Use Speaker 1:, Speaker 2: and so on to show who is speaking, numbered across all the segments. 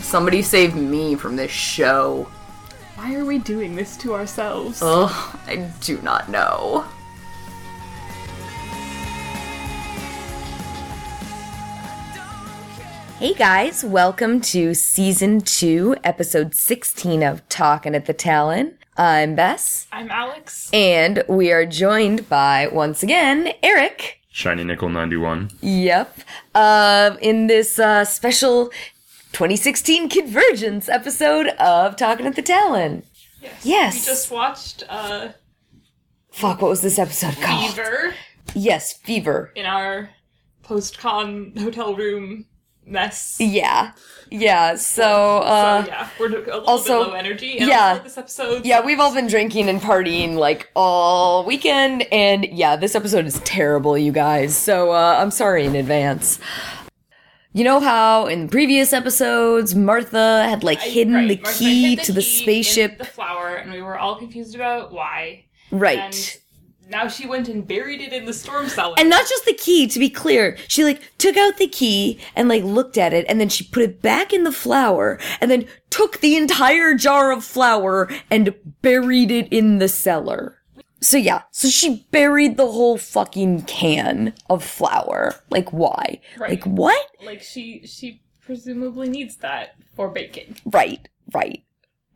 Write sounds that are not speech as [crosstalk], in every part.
Speaker 1: Somebody save me from this show.
Speaker 2: Why are we doing this to ourselves?
Speaker 1: Uh, Ugh, I do not know. Hey guys, welcome to season two, episode 16 of Talking at the Talon. I'm Bess,
Speaker 2: I'm Alex.
Speaker 1: and we are joined by, once again, Eric.
Speaker 3: Shiny Nickel 91.
Speaker 1: Yep. Uh, in this uh, special 2016 Convergence episode of Talking at the Talon.
Speaker 2: Yes.
Speaker 1: Yes.
Speaker 2: We just watched uh,
Speaker 1: Fuck, what was this episode called?
Speaker 2: Beaver
Speaker 1: Yes, Fever.
Speaker 2: in our post-con hotel room mess.
Speaker 1: Yeah. Yeah, so, uh,
Speaker 2: so yeah, we're a little
Speaker 1: also-
Speaker 2: bit low energy. And
Speaker 1: yeah.
Speaker 2: also this episode.
Speaker 1: yeah, we've all been drinking and partying like all weekend, and yeah, this episode is terrible, you guys, so uh, I'm sorry in advance. You know how in previous episodes Martha had like hidden
Speaker 2: Right,
Speaker 1: the
Speaker 2: Martha hid
Speaker 1: key to the
Speaker 2: key in
Speaker 1: spaceship?
Speaker 2: the flower, and we were all confused about why.
Speaker 1: right.
Speaker 2: And now she went and buried it in the storm cellar.
Speaker 1: and not just the key to be clear she like took out the key and like looked at it and then she put it back in the flour and then took the entire jar of flour and buried it in the cellar so yeah so she buried the whole fucking can of flour like why
Speaker 2: Right.
Speaker 1: like what
Speaker 2: like she she presumably needs that for baking.
Speaker 1: right right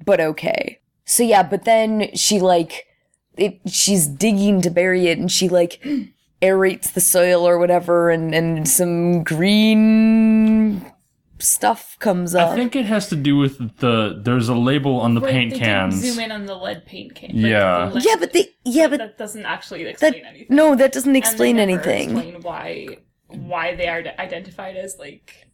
Speaker 1: but okay so yeah but then she like it she's digging to bury it and she like [gasps] aerates the soil or whatever and and some green stuff comes up
Speaker 3: I think it has to do with the. There's a label on the paint cans.
Speaker 2: Zoom in on the lead paint can.
Speaker 3: Yeah.
Speaker 2: the lead-
Speaker 1: yeah but they yeah but
Speaker 2: that doesn't actually
Speaker 1: that
Speaker 2: explain anything.
Speaker 1: no that doesn't
Speaker 2: And they
Speaker 1: explain
Speaker 2: never
Speaker 1: anything
Speaker 2: Explain why why they are identified as like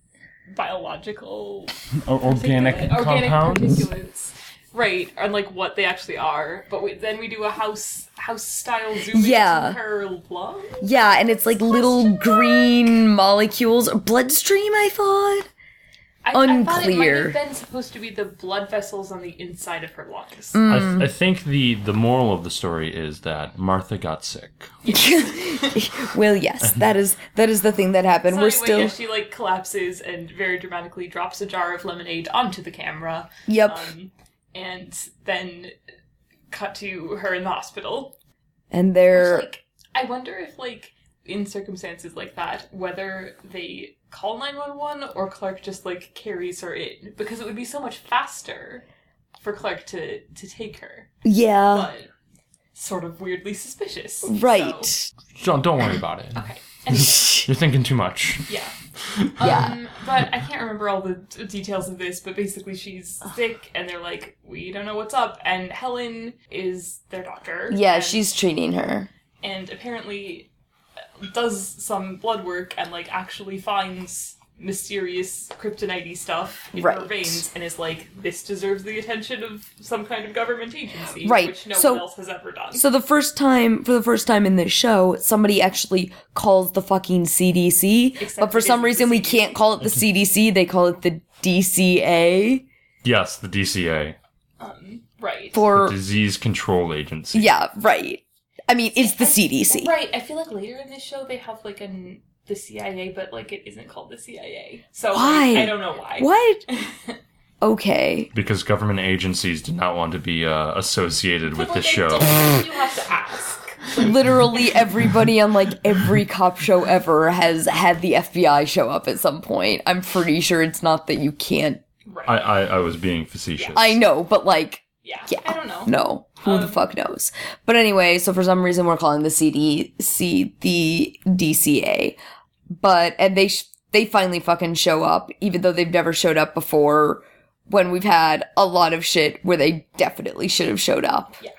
Speaker 2: biological
Speaker 3: Or organic
Speaker 2: particulate- organic
Speaker 3: compounds.
Speaker 2: particulates. Right, and like what they actually are, but we, then we do a house house style zoom
Speaker 1: Yeah.
Speaker 2: into her lung.
Speaker 1: yeah and it's like little green molecules bloodstream i thought [laughs]
Speaker 2: I, I thought it might
Speaker 1: Unclear.
Speaker 2: have been supposed to be the blood vessels on the inside of her lungs.
Speaker 1: Mm,
Speaker 3: I,
Speaker 1: Hmm.
Speaker 3: th- I think the, the moral of the story is that Martha got sick.
Speaker 1: well yes that is that is the thing that happened
Speaker 2: So
Speaker 1: we're
Speaker 2: anyway,
Speaker 1: still
Speaker 2: yeah, she like collapses and very dramatically drops a jar of lemonade onto the camera,
Speaker 1: yep
Speaker 2: um, and then cut to her in the hospital.
Speaker 1: and they're
Speaker 2: Like, I wonder if like in circumstances like that, whether they call nine one one or Clark just like carries her in because it would be so much faster for Clark to to take her,
Speaker 1: yeah
Speaker 2: but sort of weirdly suspicious.
Speaker 1: Right.
Speaker 2: So,
Speaker 3: Don't, don't worry about it.
Speaker 2: okay. Anyway.
Speaker 1: [laughs]
Speaker 3: [laughs] You're thinking too much.
Speaker 2: Yeah.
Speaker 1: Yeah.
Speaker 2: Um, but I can't remember all the d- details of this, but basically she's sick and they're like, we don't know what's up. And Helen is their doctor.
Speaker 1: Yeah,
Speaker 2: and,
Speaker 1: she's treating her.
Speaker 2: And apparently uh, does some blood work and like actually finds mysterious kryptonite stuff in her
Speaker 1: Right.
Speaker 2: veins and is like, this deserves the attention of some kind of government agency,
Speaker 1: Right,
Speaker 2: which no
Speaker 1: so-
Speaker 2: one else has ever done.
Speaker 1: So the first time, for the first time in this show, somebody actually calls the fucking CDC,
Speaker 2: Except
Speaker 1: but for
Speaker 2: it isn't
Speaker 1: some
Speaker 2: the
Speaker 1: reason we
Speaker 2: CDC.
Speaker 1: can't call it the CDC. They call it the DCA
Speaker 3: Yes, the DCA.
Speaker 2: um, right.
Speaker 1: for
Speaker 3: Disease Control Agency.
Speaker 1: Er- yeah, right. I mean, it's the CDC.
Speaker 2: Right. I feel like later in this show they have like an the CIA, but like it isn't called the CIA. So like,
Speaker 1: Why?
Speaker 2: I don't know why.
Speaker 1: What? Okay.
Speaker 3: Because government agencies did not want to be uh, associated with
Speaker 2: But,
Speaker 3: this
Speaker 2: like, I
Speaker 3: show.
Speaker 2: don't- you have to ask.
Speaker 1: Literally everybody on like every cop show ever has had the FBI show up at some point. I'm pretty sure it's not that you can't.
Speaker 2: Right.
Speaker 3: I, I, I was being facetious.
Speaker 1: I know, but like
Speaker 2: yeah.
Speaker 1: yeah.
Speaker 2: I don't know.
Speaker 1: No. Who the
Speaker 2: Um,
Speaker 1: fuck knows? But anyway, so for some reason we're calling the CDC the DCA. But, and they, sh- they finally fucking show up, even though they've never showed up before when we've had a lot of shit where they definitely should have showed up.
Speaker 2: Yeah,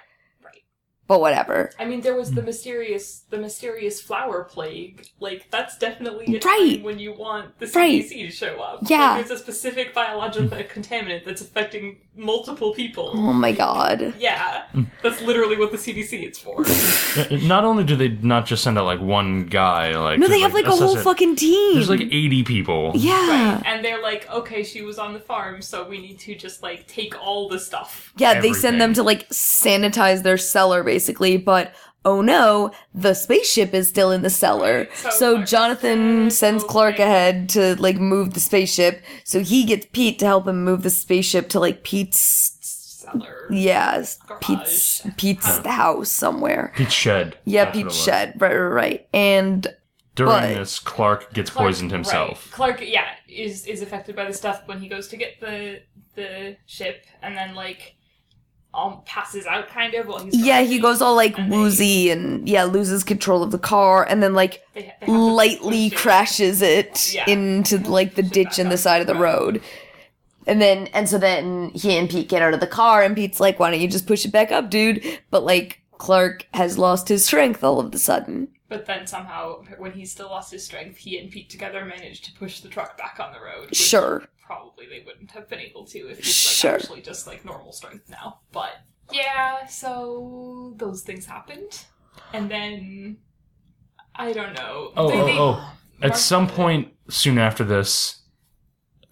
Speaker 2: right.
Speaker 1: But whatever.
Speaker 2: I mean, there was
Speaker 1: Hmm.
Speaker 2: the mysterious, the mysterious flower plague. Like that's definitely a
Speaker 1: Right.
Speaker 2: time when you want the
Speaker 1: Right.
Speaker 2: CDC to show up.
Speaker 1: Yeah. Hmm.
Speaker 2: Like, there's a specific biological contaminant that's affecting multiple people.
Speaker 1: Oh my god.
Speaker 2: Yeah,
Speaker 1: Hmm.
Speaker 2: that's literally what the CDC is for.
Speaker 3: Uh, Not only do they not just send out like one guy, like
Speaker 1: No,
Speaker 3: to,
Speaker 1: they have like a whole
Speaker 3: assess it,
Speaker 1: fucking team.
Speaker 3: There's like 80 people.
Speaker 1: [laughs] yeah.
Speaker 2: Right. And they're like, okay, she was on the farm, so we need to just like take all the stuff.
Speaker 1: Yeah, they send them
Speaker 3: everything.
Speaker 1: to like sanitize their cellar basically, but oh no, the spaceship is still in the cellar.
Speaker 2: So
Speaker 1: So
Speaker 2: Clark
Speaker 1: Jonathan
Speaker 2: says,
Speaker 1: sends
Speaker 2: "Okay."
Speaker 1: Clark ahead to like move the spaceship. So he gets Pete to help him move the spaceship to like Pete's
Speaker 2: Cellar.
Speaker 1: yeah,
Speaker 2: Garage. [laughs]
Speaker 1: Pete's Pete's house somewhere.
Speaker 3: Pete's shed.
Speaker 1: Yeah,
Speaker 3: That's what it
Speaker 1: Pete's
Speaker 3: was.
Speaker 1: shed. Right, right, right. And
Speaker 3: During
Speaker 1: But-
Speaker 3: this, Clark gets
Speaker 2: Clark-
Speaker 3: poisoned himself.
Speaker 2: right. Clark, yeah, is is affected by the stuff when he goes to get the the ship, and then like, um, passes out kind of. While he's
Speaker 1: yeah, he
Speaker 2: driving.
Speaker 1: goes all like
Speaker 2: And they-
Speaker 1: woozy and yeah, loses control of the car and then like
Speaker 2: They, they have to
Speaker 1: lightly
Speaker 2: push it.
Speaker 1: crashes it
Speaker 2: Yeah.
Speaker 1: into like the
Speaker 2: Just
Speaker 1: ditch in
Speaker 2: back
Speaker 1: the
Speaker 2: up.
Speaker 1: side of the
Speaker 2: Right.
Speaker 1: road. And then and so then he and Pete get out of the car and Pete's like, "Why don't you just push it back up, dude?" But like Clark has lost his strength all of a sudden.
Speaker 2: But then somehow, when he still lost his strength, he and Pete together managed to push the truck back on the road. which
Speaker 1: Sure.
Speaker 2: Probably they wouldn't have been able to if he's like
Speaker 1: Sure.
Speaker 2: actually just like normal strength now. But yeah, so those things happened, and then I don't know.
Speaker 3: Oh,
Speaker 2: They-
Speaker 3: oh,
Speaker 2: they-
Speaker 3: oh. At
Speaker 2: Mark-
Speaker 3: some point soon after this,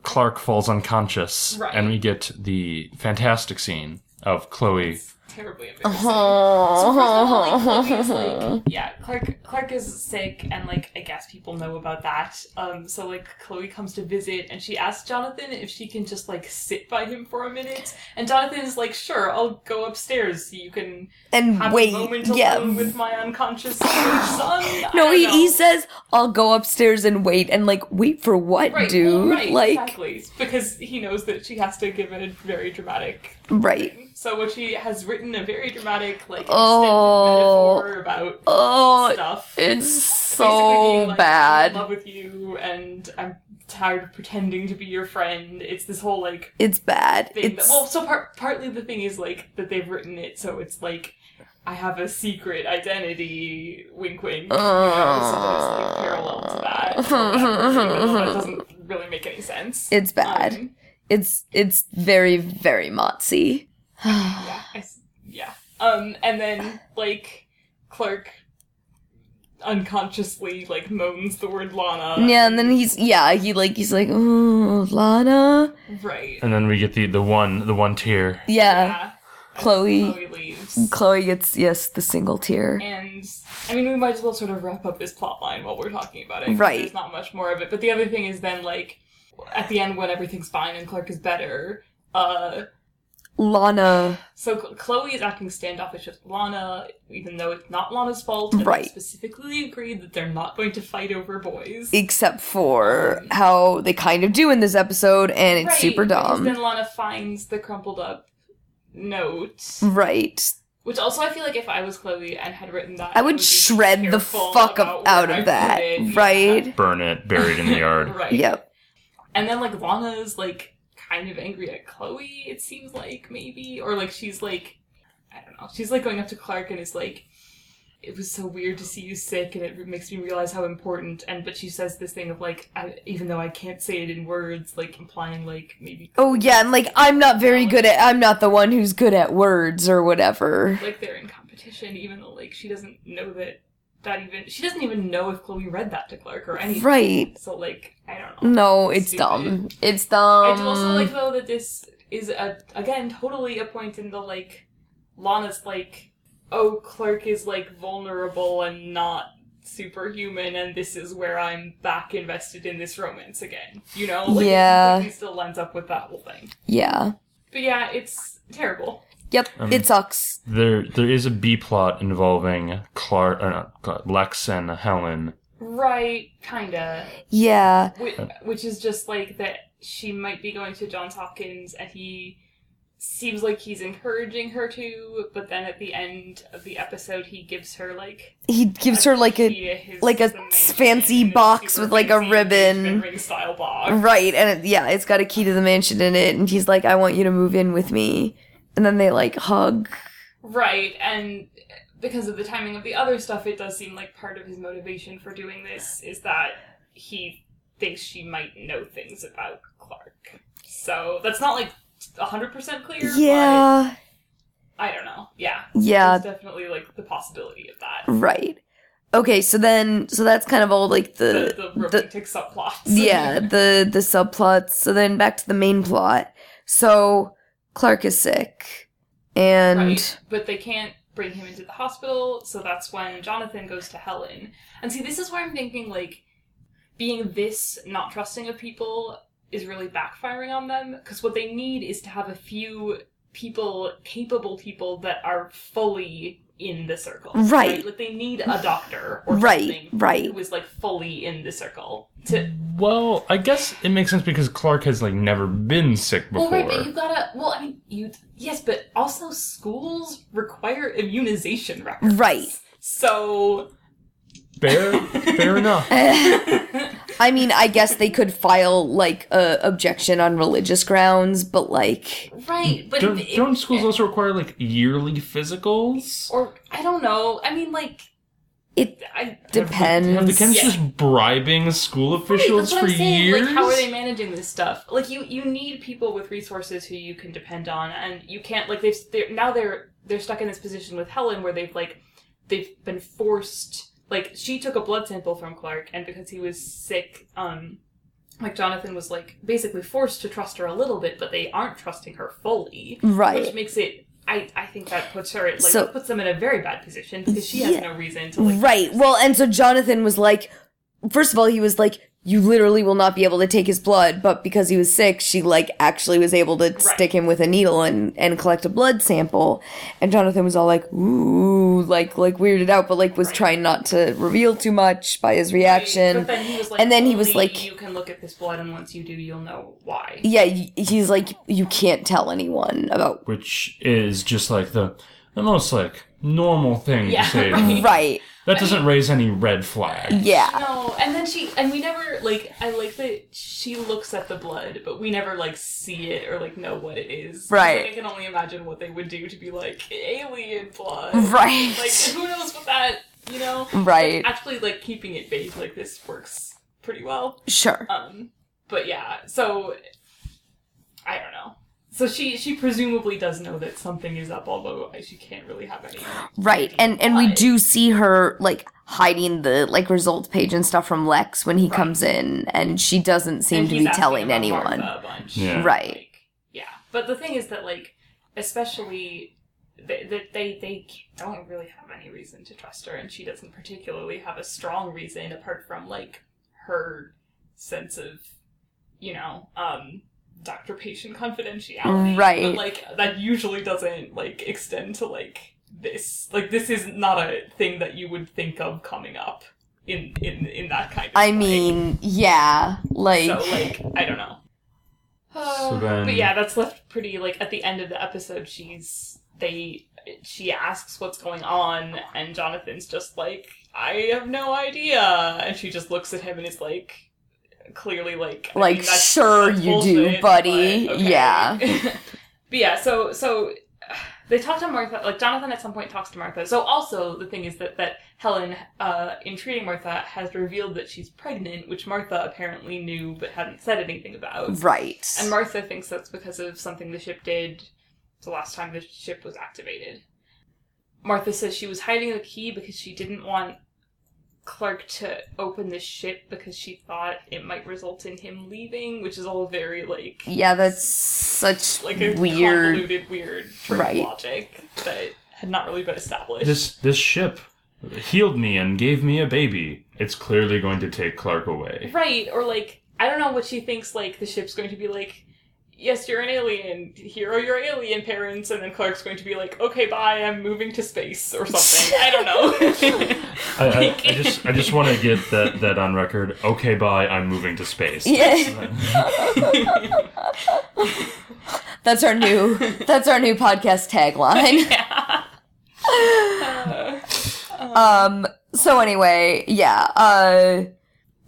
Speaker 3: Clark falls unconscious,
Speaker 2: Right.
Speaker 3: and we get the fantastic scene of Chloe.
Speaker 2: It's terribly embarrassing. [laughs] So first of all, like, Chloe is,
Speaker 1: Oh. [laughs]
Speaker 2: like- yeah, Clark Clark is sick, and like I guess people know about that. Um, so like Chloe comes to visit, and she asks Jonathan if she can just like sit by him for a minute, and Jonathan is like, "Sure, I'll go upstairs. So you can
Speaker 1: And
Speaker 2: have
Speaker 1: wait,
Speaker 2: a moment alone
Speaker 1: yeah.
Speaker 2: with my unconscious son."
Speaker 1: [gasps]
Speaker 2: I
Speaker 1: No,
Speaker 2: don't
Speaker 1: he,
Speaker 2: know.
Speaker 1: he says, I'll go upstairs and wait. And, like, wait for what,
Speaker 2: Right,
Speaker 1: dude?
Speaker 2: well, right,
Speaker 1: like,
Speaker 2: exactly, because he knows that she has to give a very dramatic
Speaker 1: right.
Speaker 2: So what she has written a very dramatic, like,
Speaker 1: Oh.
Speaker 2: oh. metaphor about
Speaker 1: Oh,
Speaker 2: stuff.
Speaker 1: it's
Speaker 2: Basically
Speaker 1: so
Speaker 2: being like, I'm in
Speaker 1: bad.
Speaker 2: love with you, and I'm tired of pretending to be your friend. It's this whole like
Speaker 1: It's bad.
Speaker 2: thing.
Speaker 1: It's.
Speaker 2: That, well, so part, partly the thing is like that they've written it, so it's like I have a secret identity. Wink, wink. you know,
Speaker 1: Uh.
Speaker 2: so there's like parallel to that. or whatever, even though That doesn't really make any sense.
Speaker 1: it's bad.
Speaker 2: Um,
Speaker 1: it's it's very very motsy.
Speaker 2: yeah, I s yeah. Um, and then like Clark unconsciously like moans the word Lana.
Speaker 1: yeah, and then he's yeah he like he's like oh Lana
Speaker 2: Right.
Speaker 3: And then we get the, the one the one tear.
Speaker 1: yeah.
Speaker 2: And
Speaker 1: uh, Chloe-
Speaker 2: Chloe leaves.
Speaker 1: Chloe gets yes the single tear.
Speaker 2: And I mean, we might as well sort of wrap up this plot line while we're talking about it. 'cause
Speaker 1: Right.
Speaker 2: There's not much more of it. But the other thing is then like at the end when everything's fine and Clark is better. Uh,
Speaker 1: Lana
Speaker 2: so Ch- Chloe is acting standoffish with Lana, even though it's not Lana's fault. And they
Speaker 1: Right.
Speaker 2: specifically agreed that they're not going to fight over boys.
Speaker 1: except for how they kind of do in this episode and it's
Speaker 2: Right,
Speaker 1: super
Speaker 2: because
Speaker 1: dumb.
Speaker 2: Then Lana finds the crumpled up note,
Speaker 1: Mm. Right.
Speaker 2: which also I feel like if I was Chloe and had written that,
Speaker 1: I would
Speaker 2: be
Speaker 1: shred the
Speaker 2: careful
Speaker 1: fuck
Speaker 2: about
Speaker 1: up
Speaker 2: where
Speaker 1: out
Speaker 2: I
Speaker 1: of
Speaker 2: put
Speaker 1: that.
Speaker 2: it. Yeah.
Speaker 1: Right?
Speaker 3: Burn it, buried in
Speaker 2: [laughs]
Speaker 3: the yard.
Speaker 2: Right.
Speaker 1: Yep.
Speaker 2: And then like Lana's like kind of angry at Chloe, it seems like maybe, or like she's like, I don't know, she's like going up to Clark and is like. It was so weird to see you sick, and it makes me realize how important. And but she says this thing of like, I, even though I can't say it in words, like implying like maybe
Speaker 1: Oh yeah, and like I'm not very good at I'm not the one who's good at words or whatever.
Speaker 2: like they're in competition, even though like she doesn't know that that even she doesn't even know if Chloe read that to Clark or anything.
Speaker 1: Right.
Speaker 2: So like I don't know.
Speaker 1: No, it's
Speaker 2: Stupid.
Speaker 1: dumb. It's dumb.
Speaker 2: I do also like though that this is a again totally a point in the like Lana's like oh Clark is like vulnerable and not superhuman and this is where I'm back invested in this romance again. You know? Like,
Speaker 1: Yeah.
Speaker 2: He still lines up with that whole thing.
Speaker 1: yeah.
Speaker 2: But yeah, it's terrible.
Speaker 1: Yep.
Speaker 3: Um,
Speaker 1: it sucks.
Speaker 3: There there is a B plot involving Clark, or not Clark Lex and Helen.
Speaker 2: Right, kinda.
Speaker 1: Yeah.
Speaker 2: which, which is just like that she might be going to Johns Hopkins and he seems like he's encouraging her to, but then at the end of the episode he gives her like
Speaker 1: He gives her like a
Speaker 2: key to his-
Speaker 1: like a
Speaker 2: the mansion
Speaker 1: fancy
Speaker 2: and a
Speaker 1: box
Speaker 2: super
Speaker 1: with, like, a
Speaker 2: fancy
Speaker 1: ribbon.
Speaker 2: engagement ring style box.
Speaker 1: right and it, yeah, it's got a key to the mansion in it and he's like I want you to move in with me. And then they like hug.
Speaker 2: Right, and because of the timing of the other stuff, it does seem like part of his motivation for doing this is that he thinks she might know things about Clark. So that's not like 100% clear. but-
Speaker 1: Yeah.
Speaker 2: I don't know. Yeah.
Speaker 1: Yeah.
Speaker 2: There's definitely like the possibility of that.
Speaker 1: Right. Okay, so then so that's kind of all like
Speaker 2: The,
Speaker 1: Uh, the
Speaker 2: the romantic subplots.
Speaker 1: [laughs]
Speaker 2: [laughs]
Speaker 1: yeah the the subplots so then back to the main plot so clark is sick and
Speaker 2: right. But they can't bring him into the hospital. So that's when Jonathan goes to Helen. And see, this is where I'm thinking like being this not trusting of people is really backfiring on them because what they need is to have a few people, capable people that are fully in the circle.
Speaker 1: Right.
Speaker 2: Like they need a doctor or
Speaker 1: Right,
Speaker 2: something
Speaker 1: right.
Speaker 2: who is like fully in the circle to
Speaker 3: Well, I guess it makes sense because Clark has like never been sick before.
Speaker 2: Well, right, but you gotta. Well, I mean, you yes, but also schools require immunization records,
Speaker 1: Right.
Speaker 2: So [laughs]
Speaker 3: fair, fair enough.
Speaker 1: [laughs] I mean, I guess they could file like a objection on religious grounds, but like
Speaker 2: right, but
Speaker 3: Don't,
Speaker 2: if-
Speaker 3: don't schools also require like yearly physicals?
Speaker 2: or I don't know. I mean, like
Speaker 1: it
Speaker 2: I.
Speaker 1: depends.
Speaker 3: Have the Kens
Speaker 2: Yeah.
Speaker 3: just bribing school officials
Speaker 2: that's what
Speaker 3: for
Speaker 2: I'm saying.
Speaker 3: years?
Speaker 2: Like, how are they managing this stuff? Like, you you need people with resources who you can depend on, and you can't like they've they're, now they're they're stuck in this position with Helen where they've like they've been forced. Like, she took a blood sample from Clark, and because he was sick, um, like Jonathan was like basically forced to trust her a little bit, but they aren't trusting her fully,
Speaker 1: Right.
Speaker 2: Which makes it. I, I think that puts her like
Speaker 1: So-
Speaker 2: puts them in a very bad position because she has
Speaker 1: Yeah.
Speaker 2: no reason to like
Speaker 1: right. Well, and so Jonathan was like, first of all, he was like, you literally will not be able to take his blood, but because he was sick, she like actually was able to stick him with a needle and and collect a blood sample. And Jonathan was all like, ooh, like like weirded out, but like was trying not to reveal too much by his reaction.
Speaker 2: But then he was like,
Speaker 1: and then he was
Speaker 2: "Only
Speaker 1: like,
Speaker 2: "You can look at this blood, and once you do, you'll know why."
Speaker 1: yeah, y- he's like, you can't tell anyone about
Speaker 3: Which is just like the the most like normal thing
Speaker 2: Yeah,
Speaker 3: to
Speaker 2: [laughs]
Speaker 3: say.
Speaker 1: right.
Speaker 3: That doesn't raise any red flag.
Speaker 1: Yeah.
Speaker 2: No, and then she and we never like. I like that she looks at the blood, but we never like see it or like know what it is.
Speaker 1: Right.
Speaker 2: Like, I can only imagine what they would do to be like alien blood. Like
Speaker 1: Right.
Speaker 2: [laughs] who knows what that you know?
Speaker 1: Right.
Speaker 2: Actually, like keeping it vague like this works pretty well.
Speaker 1: Sure.
Speaker 2: Um, but yeah, so I don't know. So she she presumably does know that something is up, although she can't really have any.
Speaker 1: Right. And and we do see her like hiding the like results page and stuff from Lex when he comes in and she doesn't seem
Speaker 2: And
Speaker 1: to
Speaker 2: he's
Speaker 1: be
Speaker 2: asking
Speaker 1: telling
Speaker 2: about
Speaker 1: anyone.
Speaker 2: Martha a bunch.
Speaker 3: Yeah.
Speaker 1: Right.
Speaker 2: Like, yeah, but the thing is that like, especially that they, they they don't really have any reason to trust her, and she doesn't particularly have a strong reason apart from like her sense of, you know, um, doctor-patient confidentiality.
Speaker 1: Right.
Speaker 2: But like that usually doesn't like extend to like this. Like this is not a thing that you would think of coming up in in in that kind of.
Speaker 1: I
Speaker 2: way.
Speaker 1: mean, yeah, like,
Speaker 2: So like I don't know.
Speaker 3: So then-
Speaker 2: but yeah, that's left pretty like at the end of the episode. She's they she asks what's going on, and Jonathan's just like I have no idea, and she just looks at him and is like clearly like I
Speaker 1: Like,
Speaker 2: mean, that's-
Speaker 1: sure
Speaker 2: that's
Speaker 1: you do,
Speaker 2: bullshit,
Speaker 1: buddy.
Speaker 2: but okay.
Speaker 1: Yeah.
Speaker 2: [laughs] but yeah, so so they talk to Martha. Like Jonathan at some point talks to Martha. So also the thing is that that Helen, uh, in treating Martha, has revealed that she's pregnant, which Martha apparently knew but hadn't said anything about.
Speaker 1: right.
Speaker 2: And Martha thinks that's because of something the ship did the last time the ship was activated. Martha says she was hiding the key because she didn't want Clark to open the ship because she thought it might result in him leaving, which is all very like
Speaker 1: yeah, that's such
Speaker 2: like a
Speaker 1: weird.
Speaker 2: convoluted weird trope
Speaker 1: Right.
Speaker 2: logic that had not really been established.
Speaker 3: This this ship healed me and gave me a baby. It's clearly going to take Clark away.
Speaker 2: Right, or like I don't know what she thinks like the ship's going to be like Yes, you're an alien. Here are your alien parents, and then Clark's going to be like, "Okay, bye. I'm moving to space or something." I don't know.
Speaker 3: I, I,
Speaker 2: [laughs]
Speaker 3: I just I just want to get that that on record. Okay, bye. I'm moving to
Speaker 1: [laughs]
Speaker 3: space.
Speaker 1: Yeah, [laughs]
Speaker 2: [laughs]
Speaker 1: that's our new that's our new podcast tagline.
Speaker 2: Uh,
Speaker 1: um so anyway yeah uh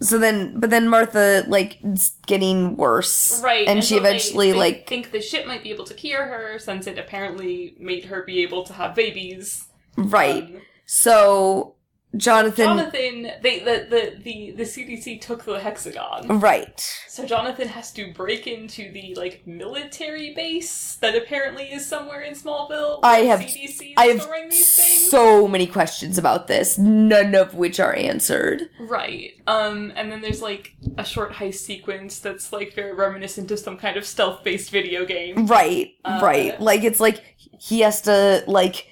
Speaker 1: so then but then martha like it's getting worse
Speaker 2: right,
Speaker 1: and, she
Speaker 2: so they-
Speaker 1: eventually
Speaker 2: they
Speaker 1: like
Speaker 2: think the ship might be able to cure her since it apparently made her be able to have babies. Um,
Speaker 1: right so jonathan,
Speaker 2: Jonathan, they the, the the the CDC took the hexagon.
Speaker 1: Oh. right
Speaker 2: So Jonathan has to break into the like military base that apparently is somewhere in Smallville.
Speaker 1: I
Speaker 2: The
Speaker 1: have-
Speaker 2: CDC is
Speaker 1: i have
Speaker 2: storing these things.
Speaker 1: so many questions about this none of which are answered
Speaker 2: right. Um, and then there's like a short heist sequence that's like very reminiscent of some kind of stealth-based video game.
Speaker 1: right right like it's like he has to like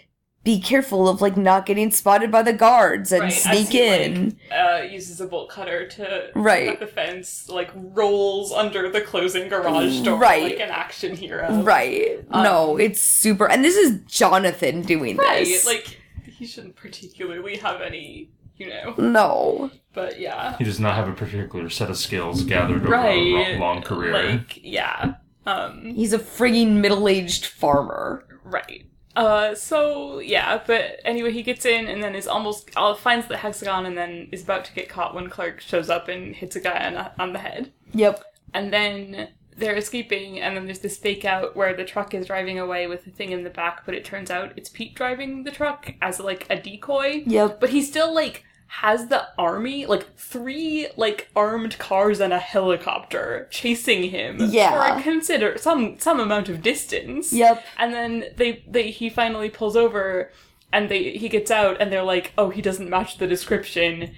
Speaker 1: be careful of like not getting spotted by the guards and
Speaker 2: Right, I
Speaker 1: sneak
Speaker 2: see, like,
Speaker 1: in.
Speaker 2: uh, uses a bolt cutter to
Speaker 1: Right.
Speaker 2: cut the fence, like rolls under the closing garage door,
Speaker 1: Right.
Speaker 2: like an action hero.
Speaker 1: right.
Speaker 2: uh,
Speaker 1: no, it's super. And this is Jonathan doing
Speaker 2: Right,
Speaker 1: this.
Speaker 2: Like he shouldn't particularly have any, you know.
Speaker 1: no.
Speaker 2: But yeah,
Speaker 3: He does not have a particular set of skills gathered over a
Speaker 2: right.
Speaker 3: ro- long career.
Speaker 2: Like yeah. Um.
Speaker 1: He's a frigging middle-aged farmer.
Speaker 2: Right. Uh, so yeah, but anyway, he gets in and then is almost uh, finds the hexagon and then is about to get caught when Clark shows up and hits a guy on, on the head.
Speaker 1: Yep.
Speaker 2: And then they're escaping, and then there's this fake out where the truck is driving away with the thing in the back, but it turns out it's Pete driving the truck as like a decoy.
Speaker 1: Yep.
Speaker 2: But he still like has the army, like three like armed cars and a helicopter chasing him
Speaker 1: Yeah.
Speaker 2: for a consider some some amount of distance.
Speaker 1: Yep.
Speaker 2: And then they they he finally pulls over and they he gets out and they're like, "Oh, he doesn't match the description."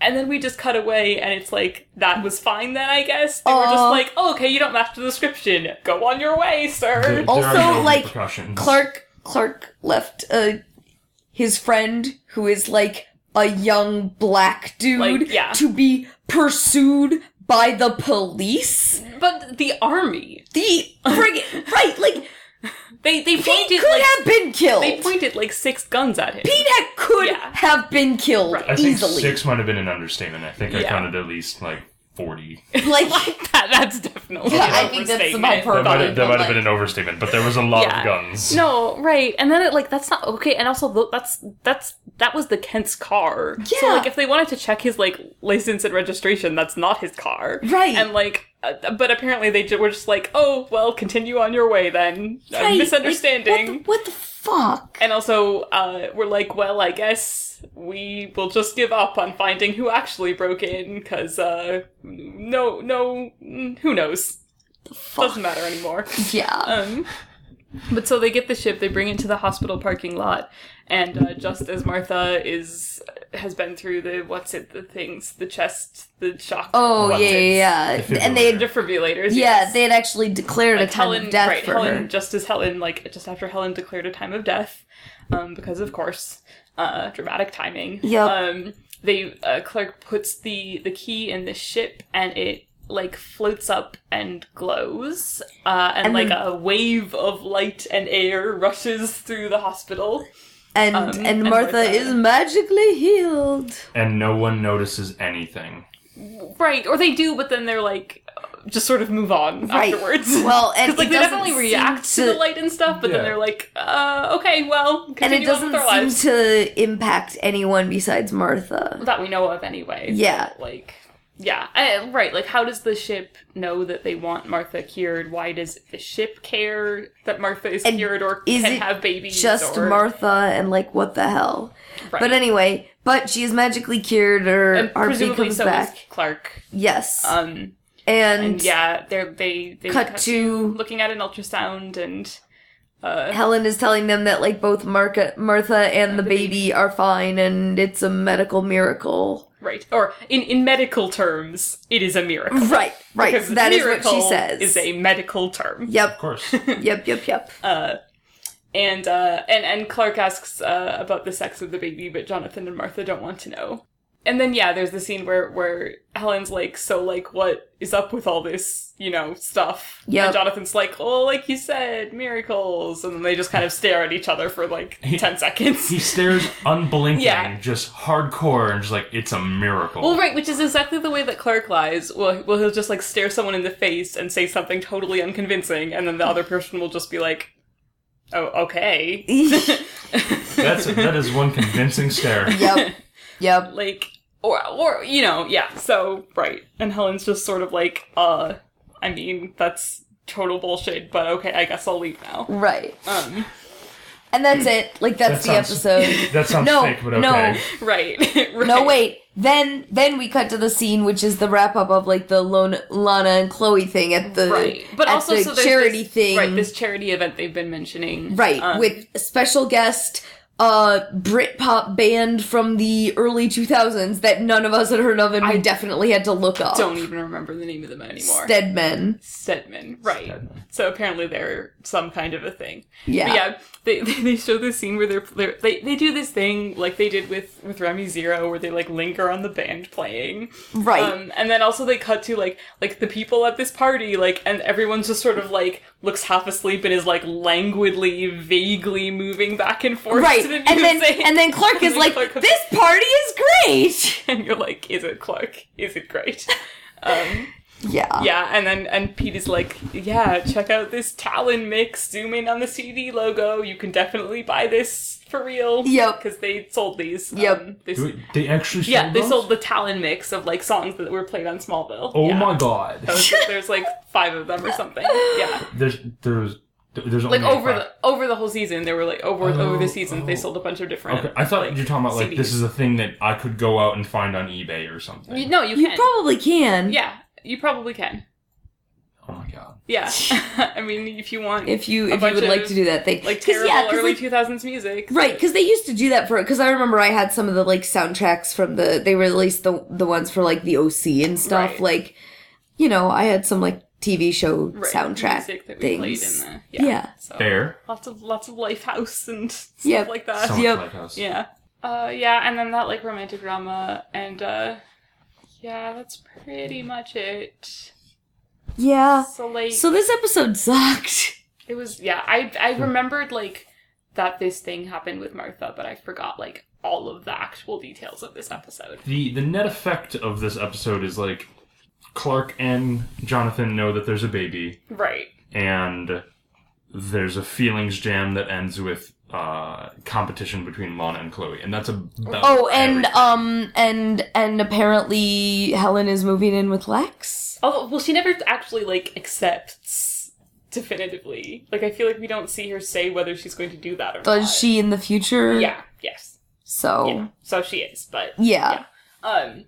Speaker 2: And then we just cut away and it's like that was fine then, I guess. They were
Speaker 1: Aw.
Speaker 2: just like, "Oh, okay, you don't match the description. Go on your way, sir."
Speaker 3: There- there are
Speaker 1: Also,
Speaker 3: no
Speaker 1: like,
Speaker 3: repercussions.
Speaker 1: Clark Clark left uh, his friend who is like a young black dude
Speaker 2: Like, yeah.
Speaker 1: to be pursued by the police.
Speaker 2: But the army,
Speaker 1: The
Speaker 2: [laughs]
Speaker 1: friggin' right, like
Speaker 2: they they
Speaker 1: Pete
Speaker 2: pointed
Speaker 1: could
Speaker 2: like
Speaker 1: have been killed.
Speaker 2: they pointed like six guns at him.
Speaker 1: Pete ha- could
Speaker 2: Yeah.
Speaker 1: have been killed
Speaker 2: Right.
Speaker 3: I think
Speaker 1: easily.
Speaker 3: six might have been an understatement. I think I
Speaker 2: Yeah.
Speaker 3: counted at least like forty.
Speaker 1: [laughs]
Speaker 2: [laughs]
Speaker 1: Like
Speaker 2: that, that's definitely.
Speaker 1: Yeah,
Speaker 2: an
Speaker 1: I think that's some
Speaker 2: overstatement.
Speaker 1: hyperbole.
Speaker 3: That might have, that
Speaker 1: but,
Speaker 3: might have
Speaker 1: like-
Speaker 3: been an overstatement, but there was a lot
Speaker 2: Yeah.
Speaker 3: of guns.
Speaker 2: No, right. And then it like that's not okay. And also tho- that's that's that was the Kent's car. So
Speaker 1: Yeah.
Speaker 2: like if they wanted to check his like license and registration, that's not his car.
Speaker 1: Right.
Speaker 2: And like uh, but apparently they ju- were just like, "Oh, well, continue on your way then." A
Speaker 1: right,
Speaker 2: misunderstanding.
Speaker 1: Like, what, the, what the fuck?
Speaker 2: and also uh we're like, "Well, I guess we will just give up on finding who actually broke in cuz uh no no mm, who knows. Doesn't matter anymore.
Speaker 1: Yeah.
Speaker 2: Um, but so they get the ship, they bring it to the hospital parking lot, and uh, just as Martha is has been through the what's it the things the chest the shock
Speaker 1: Oh
Speaker 3: What?
Speaker 1: yeah, yeah, yeah.
Speaker 3: Defibrillator.
Speaker 1: And they had,
Speaker 2: defibrillators
Speaker 1: yeah,
Speaker 2: yes.
Speaker 1: they had actually declared
Speaker 2: like
Speaker 1: a time
Speaker 2: Helen
Speaker 1: of death
Speaker 2: right
Speaker 1: for
Speaker 2: Helen
Speaker 1: her.
Speaker 2: just as Helen like just after Helen declared a time of death um, because of course uh, dramatic timing
Speaker 1: Yep.
Speaker 2: um, they uh, Clark puts the the key in the ship and it like floats up and glows uh, and,
Speaker 1: And
Speaker 2: like
Speaker 1: then-
Speaker 2: a wave of light and air rushes through the hospital
Speaker 1: And
Speaker 2: um,
Speaker 1: and
Speaker 2: and
Speaker 1: Martha
Speaker 2: Martha.
Speaker 1: is magically healed.
Speaker 3: And no one notices anything.
Speaker 2: right or they do but then they're like uh, just sort of move on
Speaker 1: Right.
Speaker 2: afterwards
Speaker 1: [laughs] Well,
Speaker 2: [laughs]
Speaker 1: and
Speaker 2: 'Cause, like
Speaker 1: it
Speaker 2: they
Speaker 1: doesn't
Speaker 2: definitely
Speaker 1: seem
Speaker 2: react to, the
Speaker 1: to-
Speaker 2: light and stuff, but
Speaker 3: Yeah.
Speaker 2: then they're like, uh, okay, well,
Speaker 1: And
Speaker 2: continue
Speaker 1: it
Speaker 2: on
Speaker 1: doesn't
Speaker 2: with our lives.
Speaker 1: seem to impact anyone besides Martha.
Speaker 2: that we know of anyway.
Speaker 1: Yeah.
Speaker 2: So, Like, yeah, I, right. Like, how does the ship know that they want Martha cured? Why does the ship care that Martha is
Speaker 1: And
Speaker 2: cured or
Speaker 1: is
Speaker 2: can
Speaker 1: it
Speaker 2: have babies?
Speaker 1: Just
Speaker 2: or,
Speaker 1: Martha and like what the hell.
Speaker 2: Right.
Speaker 1: But anyway, but she is magically cured or
Speaker 2: and
Speaker 1: RP
Speaker 2: presumably
Speaker 1: comes
Speaker 2: so
Speaker 1: back.
Speaker 2: is Clark.
Speaker 1: Yes.
Speaker 2: Um,
Speaker 1: and,
Speaker 2: and yeah, they're they they
Speaker 1: cut to
Speaker 2: looking at an ultrasound and
Speaker 1: Helen is telling them that like both Marca, Martha and the baby are fine and it's a medical miracle.
Speaker 2: right or in in medical terms, it is a miracle.
Speaker 1: Right, right.
Speaker 2: Because
Speaker 1: [laughs] that is what
Speaker 2: miracle
Speaker 1: she says.
Speaker 2: Is a medical term.
Speaker 3: Of
Speaker 2: [laughs]
Speaker 1: yep,
Speaker 3: course.
Speaker 1: yep, yep, yep. [laughs]
Speaker 2: And uh, and and Clark asks uh, about the sex of the baby, but Jonathan and Martha don't want to know. And then yeah, there's the scene where where Helen's like, so like, what is up with all this, you know, stuff?
Speaker 1: Yep.
Speaker 2: And Jonathan's like, oh, like you said, miracles. And then they just kind of stare at each other for like ten seconds.
Speaker 3: he stares unblinking,
Speaker 2: Yeah.
Speaker 3: just hardcore, and just like, it's a
Speaker 2: [laughs]
Speaker 3: miracle.
Speaker 2: Well, right, which is exactly the way that Clark lies. Well, well, he'll just like stare someone in the face and say something totally unconvincing, and then the other person will just be like, "Oh, okay."
Speaker 3: That's, that is one
Speaker 2: [laughs]
Speaker 3: convincing stare.
Speaker 1: yep, yep.
Speaker 2: like or or you know yeah so right and helen's just sort of like uh i mean that's total bullshit but okay i guess i'll leave now
Speaker 1: Right.
Speaker 2: um [laughs]
Speaker 1: And that's it. Like that's the
Speaker 3: That sounds-
Speaker 1: episode.
Speaker 3: That sounds
Speaker 1: No,
Speaker 3: fake, but okay.
Speaker 1: no.
Speaker 2: right, [laughs] right.
Speaker 1: No, wait. Then then we cut to the scene, which is the wrap up of like the Lona, Lana and Chloe thing at the
Speaker 2: right but
Speaker 1: at
Speaker 2: also
Speaker 1: the
Speaker 2: so there's
Speaker 1: charity
Speaker 2: this,
Speaker 1: thing,
Speaker 2: right this charity event they've been mentioning
Speaker 1: Right,
Speaker 2: um,
Speaker 1: with a special guest uh Britpop band from the early 2000s that none of us had heard of and we
Speaker 2: I
Speaker 1: definitely had to look up.
Speaker 2: Don't even remember the name of them anymore.
Speaker 1: Steadman.
Speaker 2: Stedman, right.
Speaker 3: Stedman.
Speaker 2: So apparently they're some kind of a thing.
Speaker 1: Yeah.
Speaker 2: But yeah, they, [laughs] they they show this scene where they're, they're they they do this thing like they did with with Remy Zero where they like linger on the band playing.
Speaker 1: Right.
Speaker 2: Um, and then also they cut to like like the people at this party like and everyone's just sort of like looks half asleep and is like languidly vaguely moving back and forth
Speaker 1: right.
Speaker 2: to the music.
Speaker 1: And then and then Clark
Speaker 2: And
Speaker 1: is
Speaker 2: then
Speaker 1: like,
Speaker 2: Clark comes-
Speaker 1: "This party is great."
Speaker 2: [laughs]
Speaker 1: [laughs]
Speaker 2: and you're like, is it Clark? Is it great? [laughs] Um,
Speaker 1: Yeah.
Speaker 2: yeah, and then and Pete is like, yeah, check out this Talon mix. Zoom in on the CD logo. You can definitely buy this for real.
Speaker 1: Yep.
Speaker 2: because they sold these.
Speaker 1: Yep.
Speaker 2: Um, they s-
Speaker 3: Do we- they actually sold
Speaker 2: yeah, they
Speaker 3: those?
Speaker 2: sold the Talon mix of like songs that were played on Smallville.
Speaker 3: Oh
Speaker 2: Yeah.
Speaker 3: my god. [laughs]
Speaker 2: Those- there's like five of them or something. Yeah,
Speaker 3: There's there's there's only
Speaker 2: like over
Speaker 3: five.
Speaker 2: the over the whole season, they were like over
Speaker 3: Oh,
Speaker 2: over the season,
Speaker 3: oh.
Speaker 2: they sold a bunch of different.
Speaker 3: Okay, I thought
Speaker 2: like,
Speaker 3: you were talking about like this
Speaker 2: CDs.
Speaker 3: is a thing that I could go out and find on eBay or something.
Speaker 2: You- no, you,
Speaker 1: You
Speaker 2: can.
Speaker 1: probably can.
Speaker 2: yeah, you probably can.
Speaker 3: oh my god.
Speaker 1: [laughs]
Speaker 2: Yeah, [laughs] I mean, if you want,
Speaker 1: If you
Speaker 2: A
Speaker 1: if you
Speaker 2: bunch
Speaker 1: would like
Speaker 2: of,
Speaker 1: to do that thing.
Speaker 2: like
Speaker 1: 'Cause,
Speaker 2: terrible
Speaker 1: yeah, 'cause,
Speaker 2: early
Speaker 1: like,
Speaker 2: two thousands music,
Speaker 1: Right, because they used to do that for. Because I remember I had some of the like soundtracks from the. They released the the ones for like the OC and stuff.
Speaker 2: Right.
Speaker 1: Like, you know, I had some like TV show
Speaker 2: right,
Speaker 1: soundtrack
Speaker 2: music that we
Speaker 1: things.
Speaker 2: played in the
Speaker 1: yeah.
Speaker 2: yeah. So
Speaker 3: Fair.
Speaker 2: lots of lots of Lifehouse and stuff
Speaker 1: Yep.
Speaker 2: like that.
Speaker 3: So
Speaker 1: Uh, yep.
Speaker 3: much Lighthouse.
Speaker 2: Yeah, uh, yeah, and then that like romantic drama, and uh, yeah, that's pretty much it.
Speaker 1: yeah.
Speaker 2: So like,
Speaker 1: So this episode sucked.
Speaker 2: it was yeah. I I remembered like that this thing happened with Martha, but I forgot like all of the actual details of this episode.
Speaker 3: The the net effect of this episode is like Clark and Jonathan know that there's a baby
Speaker 2: Right.
Speaker 3: and there's a feelings jam that ends with uh, competition between Lana and Chloe, and that's about
Speaker 1: Oh, [laughs] and
Speaker 3: everything.
Speaker 1: um, and and apparently Helen is moving in with Lex.
Speaker 2: Although, well, she never actually like accepts definitively. Like, I feel like we don't see her say whether she's going to do that or not.
Speaker 1: Does she Oh. in the future?
Speaker 2: Yeah. Yes. Yeah.
Speaker 1: So
Speaker 2: So she is, but
Speaker 1: yeah,
Speaker 2: um,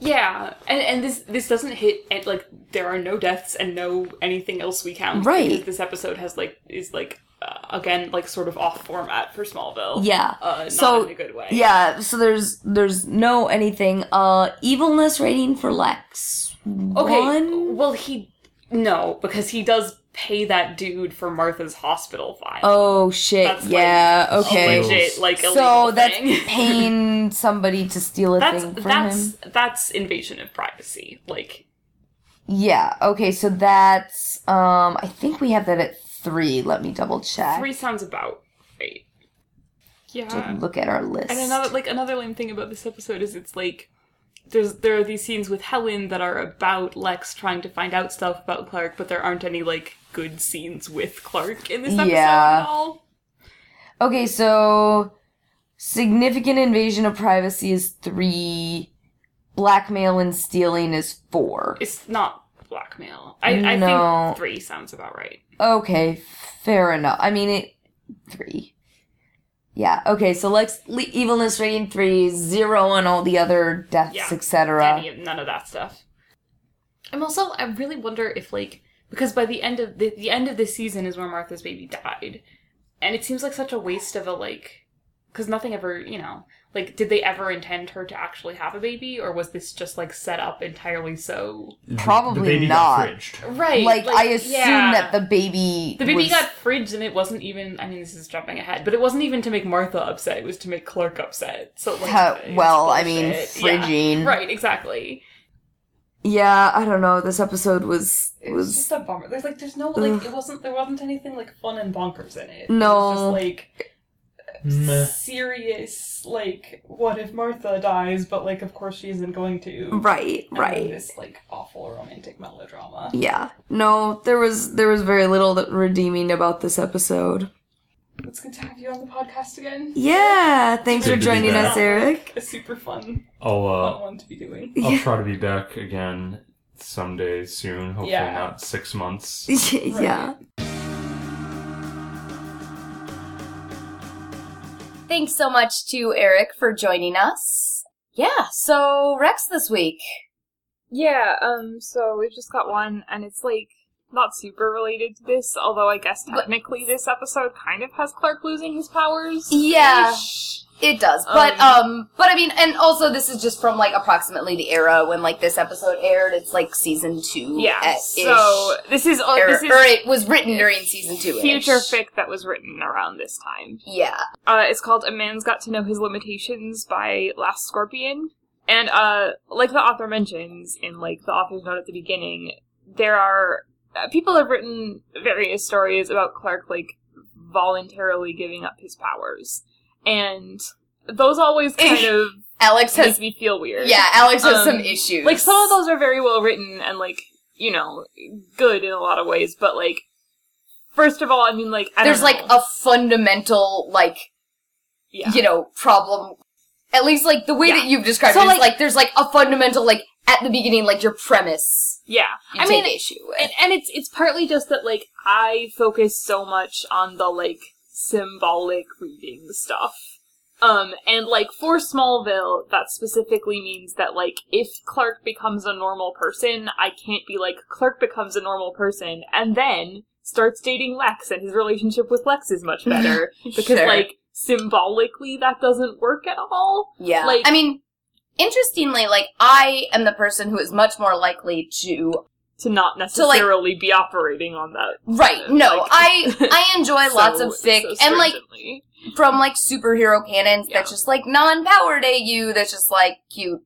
Speaker 2: yeah, and and this this doesn't hit and like there are no deaths and no anything else we count.
Speaker 1: Right.
Speaker 2: because This episode has like is like uh, again like sort of off format for Smallville.
Speaker 1: yeah.
Speaker 2: Uh, not
Speaker 1: So-
Speaker 2: in a good way.
Speaker 1: Yeah, so there's there's no anything. Uh evilness rating for Lex.
Speaker 2: Okay.
Speaker 1: One?
Speaker 2: Well, he no because he does pay that dude for Martha's hospital file.
Speaker 1: Oh shit.
Speaker 2: That's like-
Speaker 1: yeah, Oh, okay.
Speaker 3: Wait,
Speaker 2: legit like illegal
Speaker 1: so that's
Speaker 2: thing. [laughs]
Speaker 1: paying somebody to steal a
Speaker 2: that's
Speaker 1: thing from
Speaker 2: that's
Speaker 1: him.
Speaker 2: that's invasion of privacy. Like
Speaker 1: Yeah, okay, so that's um I think we have that at three. Let me double check.
Speaker 2: three sounds about right. Yeah.
Speaker 1: Didn't look at our list.
Speaker 2: And another like another lame thing about this episode is it's like there's there are these scenes with Helen that are about Lex trying to find out stuff about Clark, but there aren't any like good scenes with Clark in this episode
Speaker 1: Yeah.
Speaker 2: at all.
Speaker 1: Okay, so significant invasion of privacy is three. Blackmail and stealing is four.
Speaker 2: It's not blackmail. I, I
Speaker 1: No.
Speaker 2: think three sounds about right.
Speaker 1: Okay, fair enough. I mean, it three. Yeah. Okay. So Lex le- evilness rating three zero on all the other deaths,
Speaker 2: Yeah, any
Speaker 1: etc.
Speaker 2: of none of that stuff. I'm also I really wonder if like because by the end of the, the end of this season is where Martha's baby died, and it seems like such a waste of a like because nothing ever you know like did they ever intend her to actually have a baby or was this just like set up entirely so
Speaker 3: The-
Speaker 1: Probably
Speaker 3: the baby
Speaker 1: not.
Speaker 3: Got fridged.
Speaker 2: right
Speaker 1: Like, I assume that the baby
Speaker 2: the baby
Speaker 1: was-
Speaker 2: got fridged and it wasn't even I mean this is jumping ahead but it wasn't even to make Martha upset it was to make Clark upset so like
Speaker 1: Huh,
Speaker 2: it's
Speaker 1: well, I mean,
Speaker 2: bullshit. Yeah.
Speaker 1: fridging.
Speaker 2: right exactly
Speaker 1: Yeah, I don't know. This episode was
Speaker 2: It was
Speaker 1: was
Speaker 2: just a bummer. There's like, there's no
Speaker 1: Ugh.
Speaker 2: like, it wasn't there wasn't anything like fun and bonkers in it.
Speaker 1: No.
Speaker 2: it was just like
Speaker 3: Meh.
Speaker 2: serious. Like, what if Martha dies? But like, of course she isn't going to.
Speaker 1: right,
Speaker 2: And then
Speaker 1: right.
Speaker 2: This like awful romantic melodrama.
Speaker 1: Yeah. No, there was there was very little that redeeming about this episode.
Speaker 2: It's good to have you on the podcast again.
Speaker 1: Yeah. Thanks
Speaker 3: Good
Speaker 1: for
Speaker 3: to be
Speaker 1: joining
Speaker 3: back.
Speaker 1: us, Eric.
Speaker 2: A super fun,
Speaker 3: I'll uh,
Speaker 2: fun one to be doing.
Speaker 3: I'll
Speaker 1: Yeah.
Speaker 3: try to be back again someday soon. Hopefully
Speaker 2: Yeah.
Speaker 3: not six
Speaker 1: [laughs]
Speaker 3: months.
Speaker 1: yeah. Thanks so much to Eric for joining us. Yeah, so Rex this week.
Speaker 4: Yeah, um, so we've just got one, and it's like
Speaker 2: not super related to this, although I guess technically this episode kind of has Clark losing his powers.
Speaker 1: Yeah.
Speaker 2: Ish.
Speaker 1: It does, but um, but I mean, and also this is just from like approximately the era when like this episode aired. It's like season two,
Speaker 2: Yeah.
Speaker 1: ish.
Speaker 2: So this is uh,
Speaker 1: or,
Speaker 2: this is
Speaker 1: or it was written during season two.
Speaker 2: future fic that was written around this time.
Speaker 1: Yeah,
Speaker 2: Uh, it's called A Man's Got to Know His Limitations by Last Scorpion. And uh, like the author mentions in like the author's note at the beginning, there are uh, people have written various stories about Clark like voluntarily giving up his powers, and those
Speaker 1: [laughs]
Speaker 2: always kind of
Speaker 1: Alex
Speaker 2: make
Speaker 1: has.
Speaker 2: me feel weird.
Speaker 1: Yeah, Alex has
Speaker 2: Um,
Speaker 1: some issues.
Speaker 2: Like some of those are very well written and like you know good in a lot of ways, but like first of all, I mean like I
Speaker 1: there's
Speaker 2: don't
Speaker 1: like
Speaker 2: know.
Speaker 1: a fundamental like
Speaker 2: yeah.
Speaker 1: you know problem. At least like the way
Speaker 2: Yeah.
Speaker 1: that you've described
Speaker 2: So,
Speaker 1: it, is,
Speaker 2: like-
Speaker 1: like, there's like a fundamental like at the beginning like your premise.
Speaker 2: yeah.
Speaker 1: You
Speaker 2: I
Speaker 1: take
Speaker 2: mean,
Speaker 1: issue with.
Speaker 2: and, and it's it's partly just that like I focus so much on the like symbolic reading stuff. Um, and like for Smallville, that specifically means that like if Clark becomes a normal person, I can't be like Clark becomes a normal person and then starts dating Lex and his relationship with Lex is much
Speaker 1: [laughs]
Speaker 2: better because
Speaker 1: Sure.
Speaker 2: like symbolically that doesn't work at all.
Speaker 1: Yeah.
Speaker 2: Like-
Speaker 1: I mean, interestingly, like I am the person who is much more likely to
Speaker 2: To not
Speaker 1: So, like-
Speaker 2: necessarily be operating on that.
Speaker 1: Right.
Speaker 2: Uh,
Speaker 1: No,
Speaker 2: like- [laughs]
Speaker 1: I I enjoy lots of
Speaker 2: so-
Speaker 1: fic
Speaker 2: so
Speaker 1: and like
Speaker 2: stringently.
Speaker 1: from like superhero canons
Speaker 2: Yeah.
Speaker 1: that's just like non-powered AU that's just like cute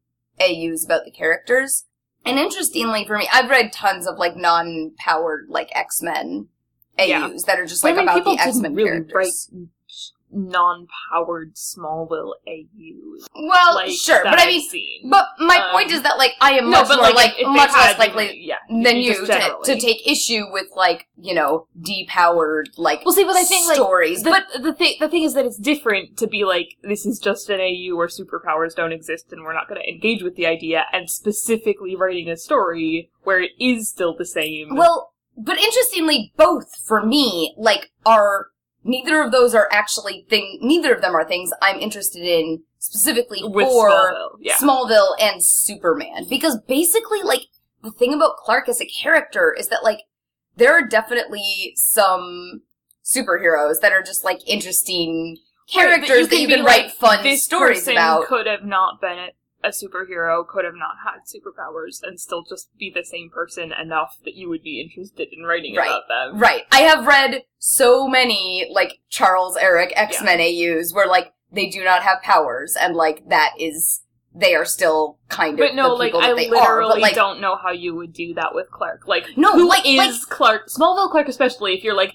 Speaker 1: AUs about the characters. And interestingly for me, I've read tons of like non-powered like X-Men AUs
Speaker 2: Yeah.
Speaker 1: that are just
Speaker 2: Well,
Speaker 1: like
Speaker 2: I mean,
Speaker 1: about
Speaker 2: people
Speaker 1: the X-Men
Speaker 2: didn't really
Speaker 1: characters.
Speaker 2: write non-powered Smallville AU.
Speaker 1: Well,
Speaker 2: like,
Speaker 1: sure,
Speaker 2: that
Speaker 1: but I
Speaker 2: I've
Speaker 1: mean
Speaker 2: seen.
Speaker 1: but my
Speaker 2: Um,
Speaker 1: point is that like I am much more like,
Speaker 2: if- if they
Speaker 1: much
Speaker 2: had,
Speaker 1: less likely
Speaker 2: like, yeah,
Speaker 1: than you
Speaker 2: just
Speaker 1: to,
Speaker 2: generally.
Speaker 1: to take issue with like you know depowered like
Speaker 2: Well, see, but I think like
Speaker 1: stories but
Speaker 2: but the thing the thing is that it's different to be like this is just an AU where superpowers don't exist and we're not going to engage with the idea, and specifically writing a story where it is still the same.
Speaker 1: well but interestingly both for me like are neither of those are actually thing neither of them are things i'm interested in specifically
Speaker 2: with
Speaker 1: for
Speaker 2: Smallville, yeah,
Speaker 1: Smallville and Superman. Because basically, like, the thing about Clark as a character is that, like, there are definitely some superheroes that are just, like, interesting characters
Speaker 2: Right,
Speaker 1: that you can
Speaker 2: be
Speaker 1: write
Speaker 2: like,
Speaker 1: fun
Speaker 2: this
Speaker 1: stories
Speaker 2: person
Speaker 1: about.
Speaker 2: Could have not been a- a superhero, could have not had superpowers, and still just be the same person enough that you would be interested in writing
Speaker 1: Right,
Speaker 2: about them.
Speaker 1: Right. I have read so many, like, Charles Eric X Men AUs where, like, they do not have powers, and, like, that is. They are still kind of.
Speaker 2: But no,
Speaker 1: the
Speaker 2: like
Speaker 1: people that
Speaker 2: I
Speaker 1: they
Speaker 2: literally
Speaker 1: are, but, like,
Speaker 2: don't know how you would do that with Clark. Like
Speaker 1: No,
Speaker 2: who
Speaker 1: like-
Speaker 2: is
Speaker 1: like-
Speaker 2: Clark? Smallville Clark, especially if you're like,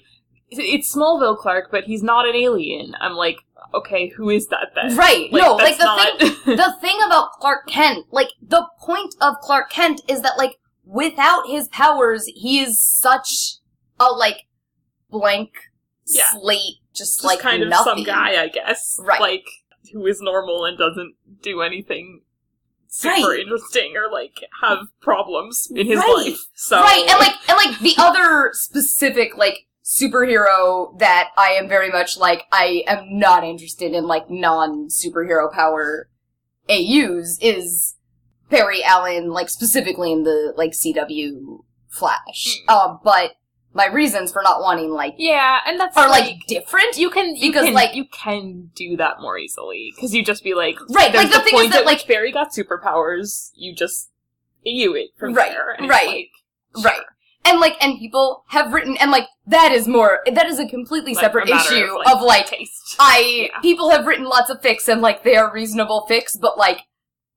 Speaker 2: it's Smallville Clark, but he's not an alien. I'm like, okay, who is that then?
Speaker 1: Right. no, like,
Speaker 2: that's
Speaker 1: the thing.
Speaker 2: not-
Speaker 1: [laughs] the thing about Clark Kent, like the point of Clark Kent is that like without his powers, he is such a like blank
Speaker 2: Yeah.
Speaker 1: slate,
Speaker 2: [laughs]
Speaker 1: just,
Speaker 2: just
Speaker 1: like
Speaker 2: kind of some
Speaker 1: nothing.
Speaker 2: guy, I guess.
Speaker 1: Right.
Speaker 2: Like who is normal and doesn't do anything super
Speaker 1: Right.
Speaker 2: interesting or like have problems in his
Speaker 1: Right.
Speaker 2: life. So
Speaker 1: Right, and like and like the other specific like superhero that I am very much like I am not interested in like non superhero power AUs is Barry Allen, like specifically in the like CW Flash.
Speaker 2: Hmm.
Speaker 1: Um, but my reasons for not wanting like
Speaker 2: yeah, and that's
Speaker 1: are like different.
Speaker 2: you can you
Speaker 1: Because,
Speaker 2: can,
Speaker 1: like-
Speaker 2: you can do that more easily because you just be like
Speaker 1: Right,
Speaker 2: there's
Speaker 1: like the, thing
Speaker 2: point
Speaker 1: is that
Speaker 2: at
Speaker 1: like
Speaker 2: which Barry got superpowers you just you it from
Speaker 1: Right,
Speaker 2: there and it's
Speaker 1: right,
Speaker 2: like,
Speaker 1: right. And like and people have written and like that is more that is a completely
Speaker 2: Like, a
Speaker 1: separate
Speaker 2: matter
Speaker 1: issue
Speaker 2: of, like,
Speaker 1: of like
Speaker 2: taste
Speaker 1: I
Speaker 2: Yeah.
Speaker 1: people have written lots of fics and like they are reasonable fics, but like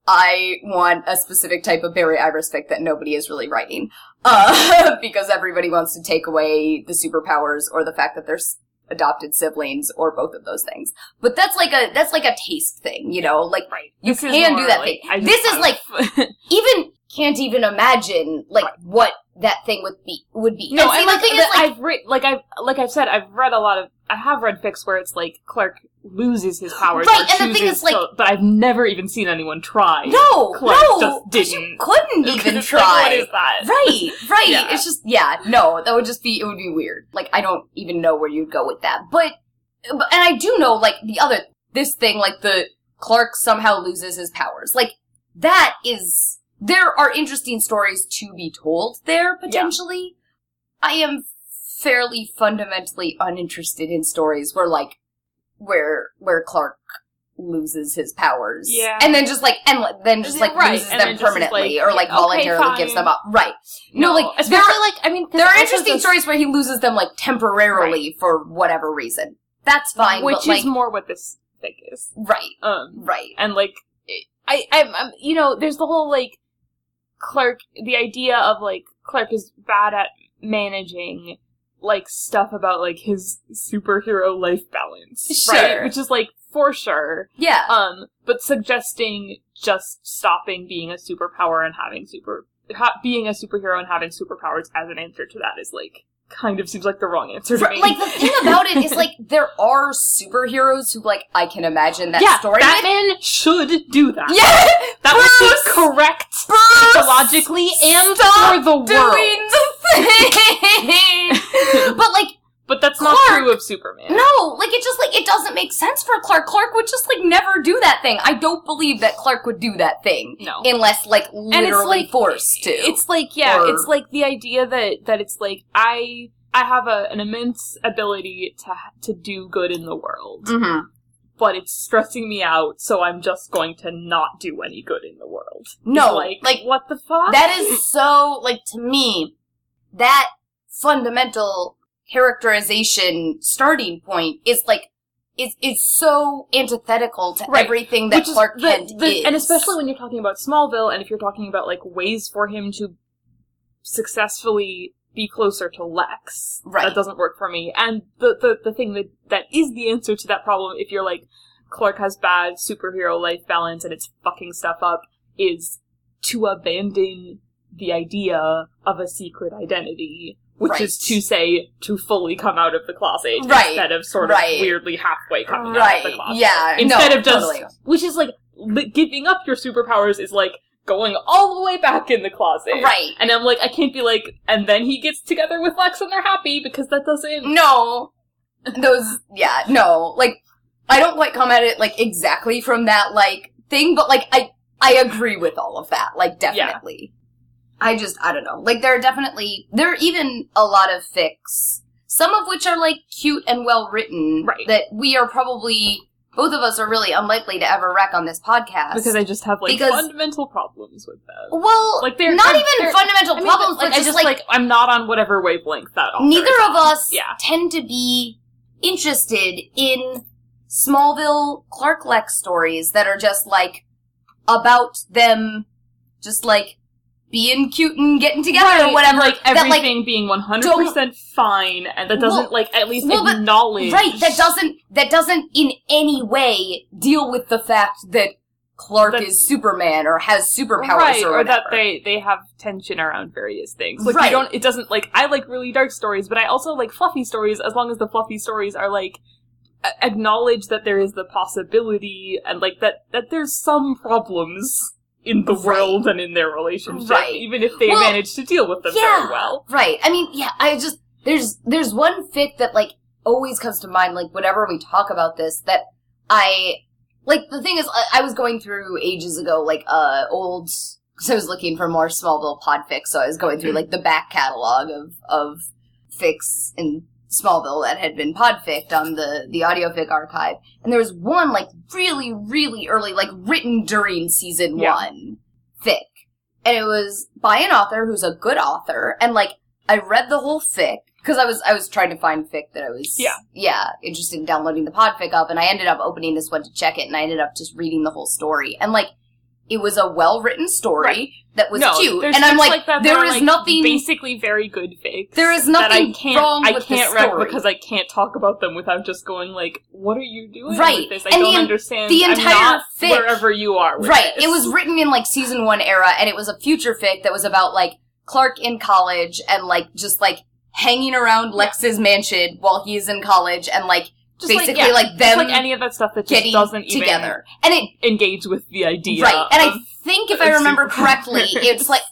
Speaker 1: I want a specific type of Barry Iris fic that nobody is really writing uh, [laughs] because everybody wants to take away the superpowers or the fact that they're s- adopted siblings or both of those things. But that's like a that's like a taste thing, you know. Like
Speaker 2: right
Speaker 1: you
Speaker 2: This is
Speaker 1: can do
Speaker 2: more
Speaker 1: that
Speaker 2: like,
Speaker 1: thing.
Speaker 2: I just
Speaker 1: This is
Speaker 2: have-
Speaker 1: like
Speaker 2: [laughs]
Speaker 1: even can't even imagine like what that thing would be would be.
Speaker 2: no
Speaker 1: see,
Speaker 2: and
Speaker 1: the
Speaker 2: like,
Speaker 1: thing
Speaker 2: the-
Speaker 1: is, like,
Speaker 2: I've read like I've like I've said I've read a lot of I have read fics where it's like Clark loses his powers
Speaker 1: Right,
Speaker 2: or
Speaker 1: and the thing
Speaker 2: chooses
Speaker 1: is, like-
Speaker 2: to- but I've never even seen anyone try
Speaker 1: no,
Speaker 2: Clark
Speaker 1: no,
Speaker 2: just
Speaker 1: 'cause you
Speaker 2: didn't.
Speaker 1: couldn't
Speaker 2: 'Cause
Speaker 1: even
Speaker 2: it's like,
Speaker 1: try.
Speaker 2: what is that
Speaker 1: Right,
Speaker 2: [laughs]
Speaker 1: right.
Speaker 2: Yeah.
Speaker 1: It's just yeah, no, that would just be it would be weird. Like I don't even know where you'd go with that. But, but and I do know like the other this thing like the Clark somehow loses his powers. Like that is there are interesting stories to be told there potentially.
Speaker 5: I am fairly fundamentally uninterested in stories where like where where Clark loses his powers.
Speaker 2: Yeah.
Speaker 5: And then just like and li- then just like
Speaker 2: Right,
Speaker 5: loses
Speaker 2: and
Speaker 5: them
Speaker 2: then just is
Speaker 5: permanently
Speaker 2: like,
Speaker 5: or like
Speaker 2: okay,
Speaker 5: voluntarily gives
Speaker 2: fine.
Speaker 5: them up. Right. No, like there
Speaker 2: especially
Speaker 5: are
Speaker 2: like I mean, 'cause
Speaker 5: there are
Speaker 2: also
Speaker 5: interesting
Speaker 2: this-
Speaker 5: stories where he loses them like temporarily for whatever reason. That's fine,
Speaker 2: which
Speaker 5: but like
Speaker 2: is more what this fic is.
Speaker 5: right,
Speaker 2: Um,
Speaker 5: right.
Speaker 2: and like I, I'm, I'm, you know, there's the whole like Clark, the idea of like Clark is bad at managing like stuff about like his superhero life balance,
Speaker 5: Sure.
Speaker 2: right? Which is like for sure.
Speaker 5: Yeah.
Speaker 2: Um, but suggesting just stopping being a superpower and having super ha- being a superhero and having superpowers as an answer to that is like kind of seems like the wrong answer to
Speaker 5: Right,
Speaker 2: me.
Speaker 5: Like the thing about it is like [laughs] there are superheroes who like I can imagine that
Speaker 2: yeah,
Speaker 5: story.
Speaker 2: Batman should do that.
Speaker 5: with. Yeah,
Speaker 2: that
Speaker 5: Bruce!
Speaker 2: would be correct
Speaker 5: Bruce!
Speaker 2: psychologically and
Speaker 5: Stop
Speaker 2: for the world.
Speaker 5: doing
Speaker 2: [laughs]
Speaker 5: the thing. [laughs] but like
Speaker 2: But that's not
Speaker 5: Clark!
Speaker 2: true of Superman.
Speaker 5: no, like it just like it doesn't make sense for Clark. Clark would just like never do that thing. I don't believe that Clark would do that thing
Speaker 2: No.
Speaker 5: unless like
Speaker 2: it's,
Speaker 5: literally
Speaker 2: like,
Speaker 5: forced to.
Speaker 2: It's like yeah,
Speaker 5: Or-
Speaker 2: it's like the idea that that it's like I I have a, an immense ability to to do good in the world,
Speaker 5: Mhm.
Speaker 2: but it's stressing me out, so I'm just going to not do any good in the world.
Speaker 5: no
Speaker 2: like,
Speaker 5: like
Speaker 2: what the fuck?
Speaker 5: That is so like to me that fundamental characterization starting point is like is is so antithetical to
Speaker 2: Right.
Speaker 5: everything that
Speaker 2: Which is
Speaker 5: Clark
Speaker 2: the-
Speaker 5: Kent
Speaker 2: the-
Speaker 5: is,
Speaker 2: and especially when you're talking about Smallville, and if you're talking about like ways for him to successfully be closer to Lex,
Speaker 5: Right.
Speaker 2: that doesn't work for me. And the the, the thing that that is the answer to that problem, if you're like Clark has bad superhero life balance and it's fucking stuff up, is to abandon the idea of a secret identity. Which is
Speaker 5: Right.
Speaker 2: to say, to fully come out of the closet
Speaker 5: Right.
Speaker 2: instead of sort
Speaker 5: Right.
Speaker 2: of weirdly halfway coming out of
Speaker 5: right
Speaker 2: the closet
Speaker 5: yeah
Speaker 2: instead
Speaker 5: no,
Speaker 2: of just
Speaker 5: totally.
Speaker 2: which is like li- giving up your superpowers is like going all the way back in the closet
Speaker 5: right
Speaker 2: and i'm like i can't be like and then he gets together with lex and they're happy because that doesn't
Speaker 5: no those yeah no like I don't quite come at it like exactly from that like thing but like I I agree with all of that like definitely. I just I don't know. Like there are definitely there are even a lot of fics, some of which are like cute and well written.
Speaker 2: Right.
Speaker 5: That we are probably both of us are really unlikely to ever wreck on this podcast.
Speaker 2: because i just have like
Speaker 5: Because-
Speaker 2: fundamental problems with them
Speaker 5: well,
Speaker 2: Like, they're-
Speaker 5: not
Speaker 2: they're-
Speaker 5: even
Speaker 2: they're-
Speaker 5: fundamental
Speaker 2: I mean,
Speaker 5: problems,
Speaker 2: but, like,
Speaker 5: but
Speaker 2: i
Speaker 5: just
Speaker 2: just
Speaker 5: like,
Speaker 2: like, i'm not on whatever wavelength that author
Speaker 5: neither
Speaker 2: is
Speaker 5: of us
Speaker 2: Yeah.
Speaker 5: tend to be interested in Smallville Clark Lex stories that are just like about them, just like being cute and getting together
Speaker 2: Right,
Speaker 5: or whatever.
Speaker 2: like
Speaker 5: that, like,
Speaker 2: everything being 100% fine and that doesn't
Speaker 5: Well-
Speaker 2: like at least
Speaker 5: well, but-
Speaker 2: acknowledge
Speaker 5: Right, that doesn't that doesn't in any way deal with the fact that Clark
Speaker 2: That-
Speaker 5: is Superman or has superpowers
Speaker 2: right,
Speaker 5: or,
Speaker 2: or, that
Speaker 5: whatever.
Speaker 2: they they have tension around various things. Like
Speaker 5: Right.
Speaker 2: you don't. It doesn't like I like really dark stories, but I also like fluffy stories as long as the fluffy stories are like a- acknowledge that there is the possibility and like that that there's some problems in the
Speaker 5: Right.
Speaker 2: world and in their relationship,
Speaker 5: Right.
Speaker 2: even if they
Speaker 5: Well,
Speaker 2: manage to deal with them
Speaker 5: yeah.
Speaker 2: very well.
Speaker 5: Right. I mean, yeah, I just there's there's one fic that like always comes to mind, like whenever we talk about this, that I like the thing is I, I was going through ages ago, like uh old because I was looking for more Smallville pod fics, so I was going through like the back catalog of of fics in Smallville that had been podficked on the the audiofic archive, and there was one like really really early, like written during season
Speaker 2: Yeah.
Speaker 5: one fic, and it was by an author who's a good author, and like I read the whole fic because I was I was trying to find fic that I was
Speaker 2: Yeah.
Speaker 5: yeah interested in downloading the podfic of, and I ended up opening this one to check it, and I ended up just reading the whole story, and like it was a well written story
Speaker 2: Right.
Speaker 5: that was
Speaker 2: no,
Speaker 5: cute,
Speaker 2: there's
Speaker 5: and I'm
Speaker 2: things
Speaker 5: like,
Speaker 2: that that
Speaker 5: there
Speaker 2: are,
Speaker 5: is
Speaker 2: like,
Speaker 5: nothing.
Speaker 2: basically very good fakes.
Speaker 5: there is
Speaker 2: that
Speaker 5: nothing
Speaker 2: I can't,
Speaker 5: wrong
Speaker 2: I
Speaker 5: with
Speaker 2: can't
Speaker 5: this
Speaker 2: rec-
Speaker 5: story.
Speaker 2: because I can't talk about them without just going like, "What are you doing
Speaker 5: Right.
Speaker 2: with this? I
Speaker 5: And the
Speaker 2: don't
Speaker 5: en-
Speaker 2: understand."
Speaker 5: the
Speaker 2: I'm
Speaker 5: entire
Speaker 2: not
Speaker 5: fic-
Speaker 2: wherever you are. with
Speaker 5: right.
Speaker 2: this.
Speaker 5: It was written in like season one era, and it was a future fic that was about like Clark in college and like just like hanging around Lex's mansion while he's in college, and like
Speaker 2: Just
Speaker 5: basically
Speaker 2: yeah,
Speaker 5: like,
Speaker 2: just
Speaker 5: them
Speaker 2: like any of that stuff that just
Speaker 5: getting
Speaker 2: doesn't even
Speaker 5: together, and it
Speaker 2: engage with the idea.
Speaker 5: Right. And
Speaker 2: of-
Speaker 5: I think if I
Speaker 2: of [laughs]
Speaker 5: remember
Speaker 2: superpowers.
Speaker 5: correctly, it's like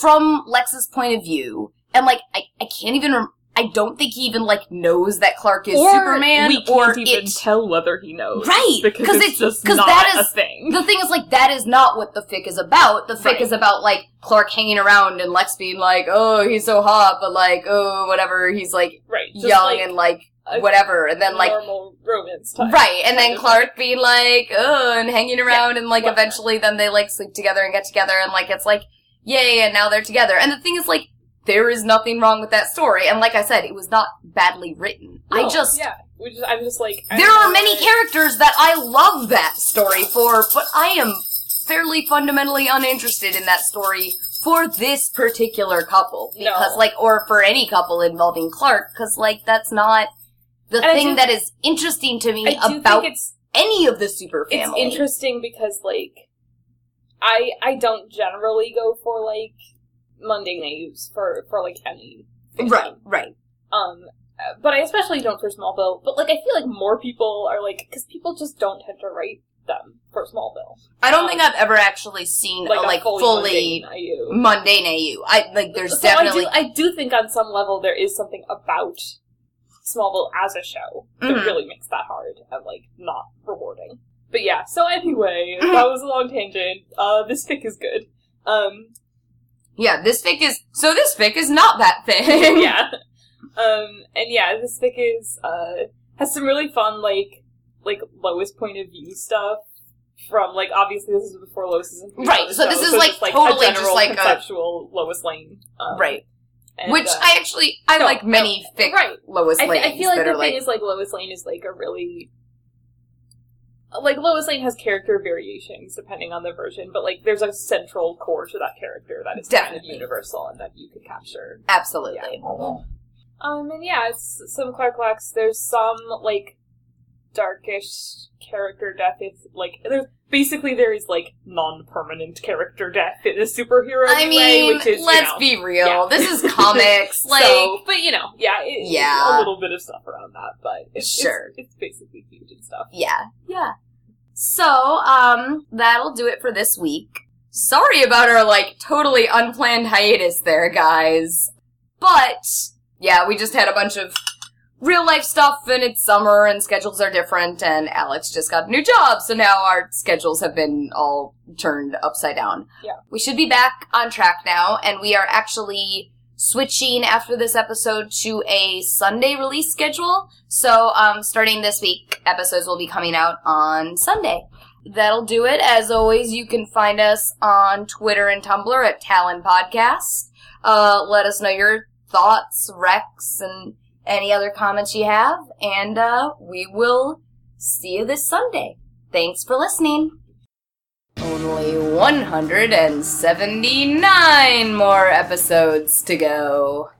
Speaker 5: from Lex's point of view, and like I, I can't even rem- I don't think he even like knows that Clark is Superman
Speaker 2: we can't
Speaker 5: or
Speaker 2: even
Speaker 5: it.
Speaker 2: tell whether he knows,
Speaker 5: Right,
Speaker 2: Because
Speaker 5: 'cause
Speaker 2: it's,
Speaker 5: it's-
Speaker 2: just
Speaker 5: 'cause
Speaker 2: not
Speaker 5: that is-
Speaker 2: [laughs] a thing.
Speaker 5: the thing is like that is not what the fic is about. The fic
Speaker 2: Right.
Speaker 5: is about like Clark hanging around and Lex being like, "Oh, he's so hot," but like, "Oh, whatever." He's like
Speaker 2: right, just
Speaker 5: young
Speaker 2: like
Speaker 5: and like
Speaker 2: a
Speaker 5: whatever, and then like
Speaker 2: normal romance type.
Speaker 5: Right, and
Speaker 2: kind
Speaker 5: then
Speaker 2: of
Speaker 5: Clark being like, oh, and hanging around, and like
Speaker 2: Whatever.
Speaker 5: eventually then they like sleep together and get together, and like it's like, yay, and now they're together. And the thing is, like, there is nothing wrong with that story, and like I said, it was not badly written. I
Speaker 2: No,
Speaker 5: just.
Speaker 2: yeah, we just I'm just like I
Speaker 5: There
Speaker 2: don't
Speaker 5: are
Speaker 2: know.
Speaker 5: many characters that I love that story for, but I am fairly fundamentally uninterested in that story for this particular couple.
Speaker 2: No.
Speaker 5: Because, like, or for any couple involving Clark, because, like, that's not the
Speaker 2: And I
Speaker 5: thing
Speaker 2: do-
Speaker 5: that is interesting to me
Speaker 2: I do
Speaker 5: about
Speaker 2: think it's
Speaker 5: any of the super
Speaker 2: it's
Speaker 5: family.
Speaker 2: interesting because like I I don't generally go for like mundane AUs for for like any fiction.
Speaker 5: right, right.
Speaker 2: Um, uh, but I especially don't for Smallville. But like I feel like more people are like because people just don't tend to write them for Smallville.
Speaker 5: I don't
Speaker 2: Um,
Speaker 5: think I've ever actually seen
Speaker 2: Like a
Speaker 5: a like fully,
Speaker 2: fully, mundane IU.
Speaker 5: mundane, AU. I like there's
Speaker 2: so
Speaker 5: definitely
Speaker 2: I do, I do think on some level there is something about Smallville as a show that
Speaker 5: Mhm.
Speaker 2: really makes that hard and like not rewarding. But yeah, so anyway,
Speaker 5: Mm-hmm.
Speaker 2: that was a long tangent. Uh, this fic is good. Um, [laughs]
Speaker 5: yeah. This fic is so. This fic is not that thing.
Speaker 2: [laughs] yeah. Um, and yeah, this fic is, uh, has some really fun, like, like, lowest point of view stuff from, like, obviously this is before Lois is in
Speaker 5: Right,
Speaker 2: the
Speaker 5: so
Speaker 2: show,
Speaker 5: this is, like,
Speaker 2: just,
Speaker 5: totally
Speaker 2: a
Speaker 5: just,
Speaker 2: general
Speaker 5: like, a-
Speaker 2: conceptual Lois Lane. um,
Speaker 5: [laughs] right.
Speaker 2: and,
Speaker 5: Which
Speaker 2: uh,
Speaker 5: I actually I
Speaker 2: no,
Speaker 5: like
Speaker 2: no,
Speaker 5: many fic
Speaker 2: right.
Speaker 5: Lois
Speaker 2: I,
Speaker 5: Lanes
Speaker 2: th- I feel like
Speaker 5: that
Speaker 2: the
Speaker 5: are like
Speaker 2: thing is like Lois Lane is like a really like Lois Lane has character variations depending on the version, but like there's a central core to that character that is kind
Speaker 5: Definitely.
Speaker 2: of universal and that you can capture.
Speaker 5: absolutely
Speaker 2: Um, and yeah, it's some Clark Lux. There's some like darkish character death. It's like there's basically there is like non-permanent character death in a superhero.
Speaker 5: I
Speaker 2: way,
Speaker 5: mean,
Speaker 2: which is, you
Speaker 5: let's
Speaker 2: know,
Speaker 5: be
Speaker 2: [laughs]
Speaker 5: real.
Speaker 2: yeah.
Speaker 5: This is comics. like
Speaker 2: so, but you know, yeah, it,
Speaker 5: Yeah.
Speaker 2: yeah, a little bit of stuff around that, but it's,
Speaker 5: Sure.
Speaker 2: it's, it's basically huge and stuff.
Speaker 5: Yeah. Yeah. So, um, that'll do it for this week. Sorry about our, like, totally unplanned hiatus there, guys. But, yeah, we just had a bunch of real life stuff and it's summer and schedules are different and Alex just got a new job, so now our schedules have been all turned upside down.
Speaker 2: Yeah.
Speaker 5: We should be back on track now and we are actually switching after this episode to a Sunday release schedule. So, um, starting this week, episodes will be coming out on Sunday. That'll do it. As always, you can find us on Twitter and Tumblr at Talon Podcast. Uh, let us know your thoughts, recs, and any other comments you have, and uh, we will see you this Sunday. Thanks for listening. Only 179 more episodes to go.